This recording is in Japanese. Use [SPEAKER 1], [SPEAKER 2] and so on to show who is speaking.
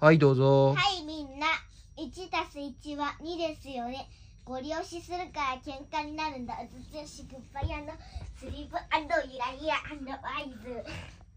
[SPEAKER 1] はい、どうぞ。
[SPEAKER 2] はい、みんな。1たす1は2ですよね。ご利用しするから喧嘩になるんだ。うつつよし、グッバイのスリーブゆらゆらワイズ。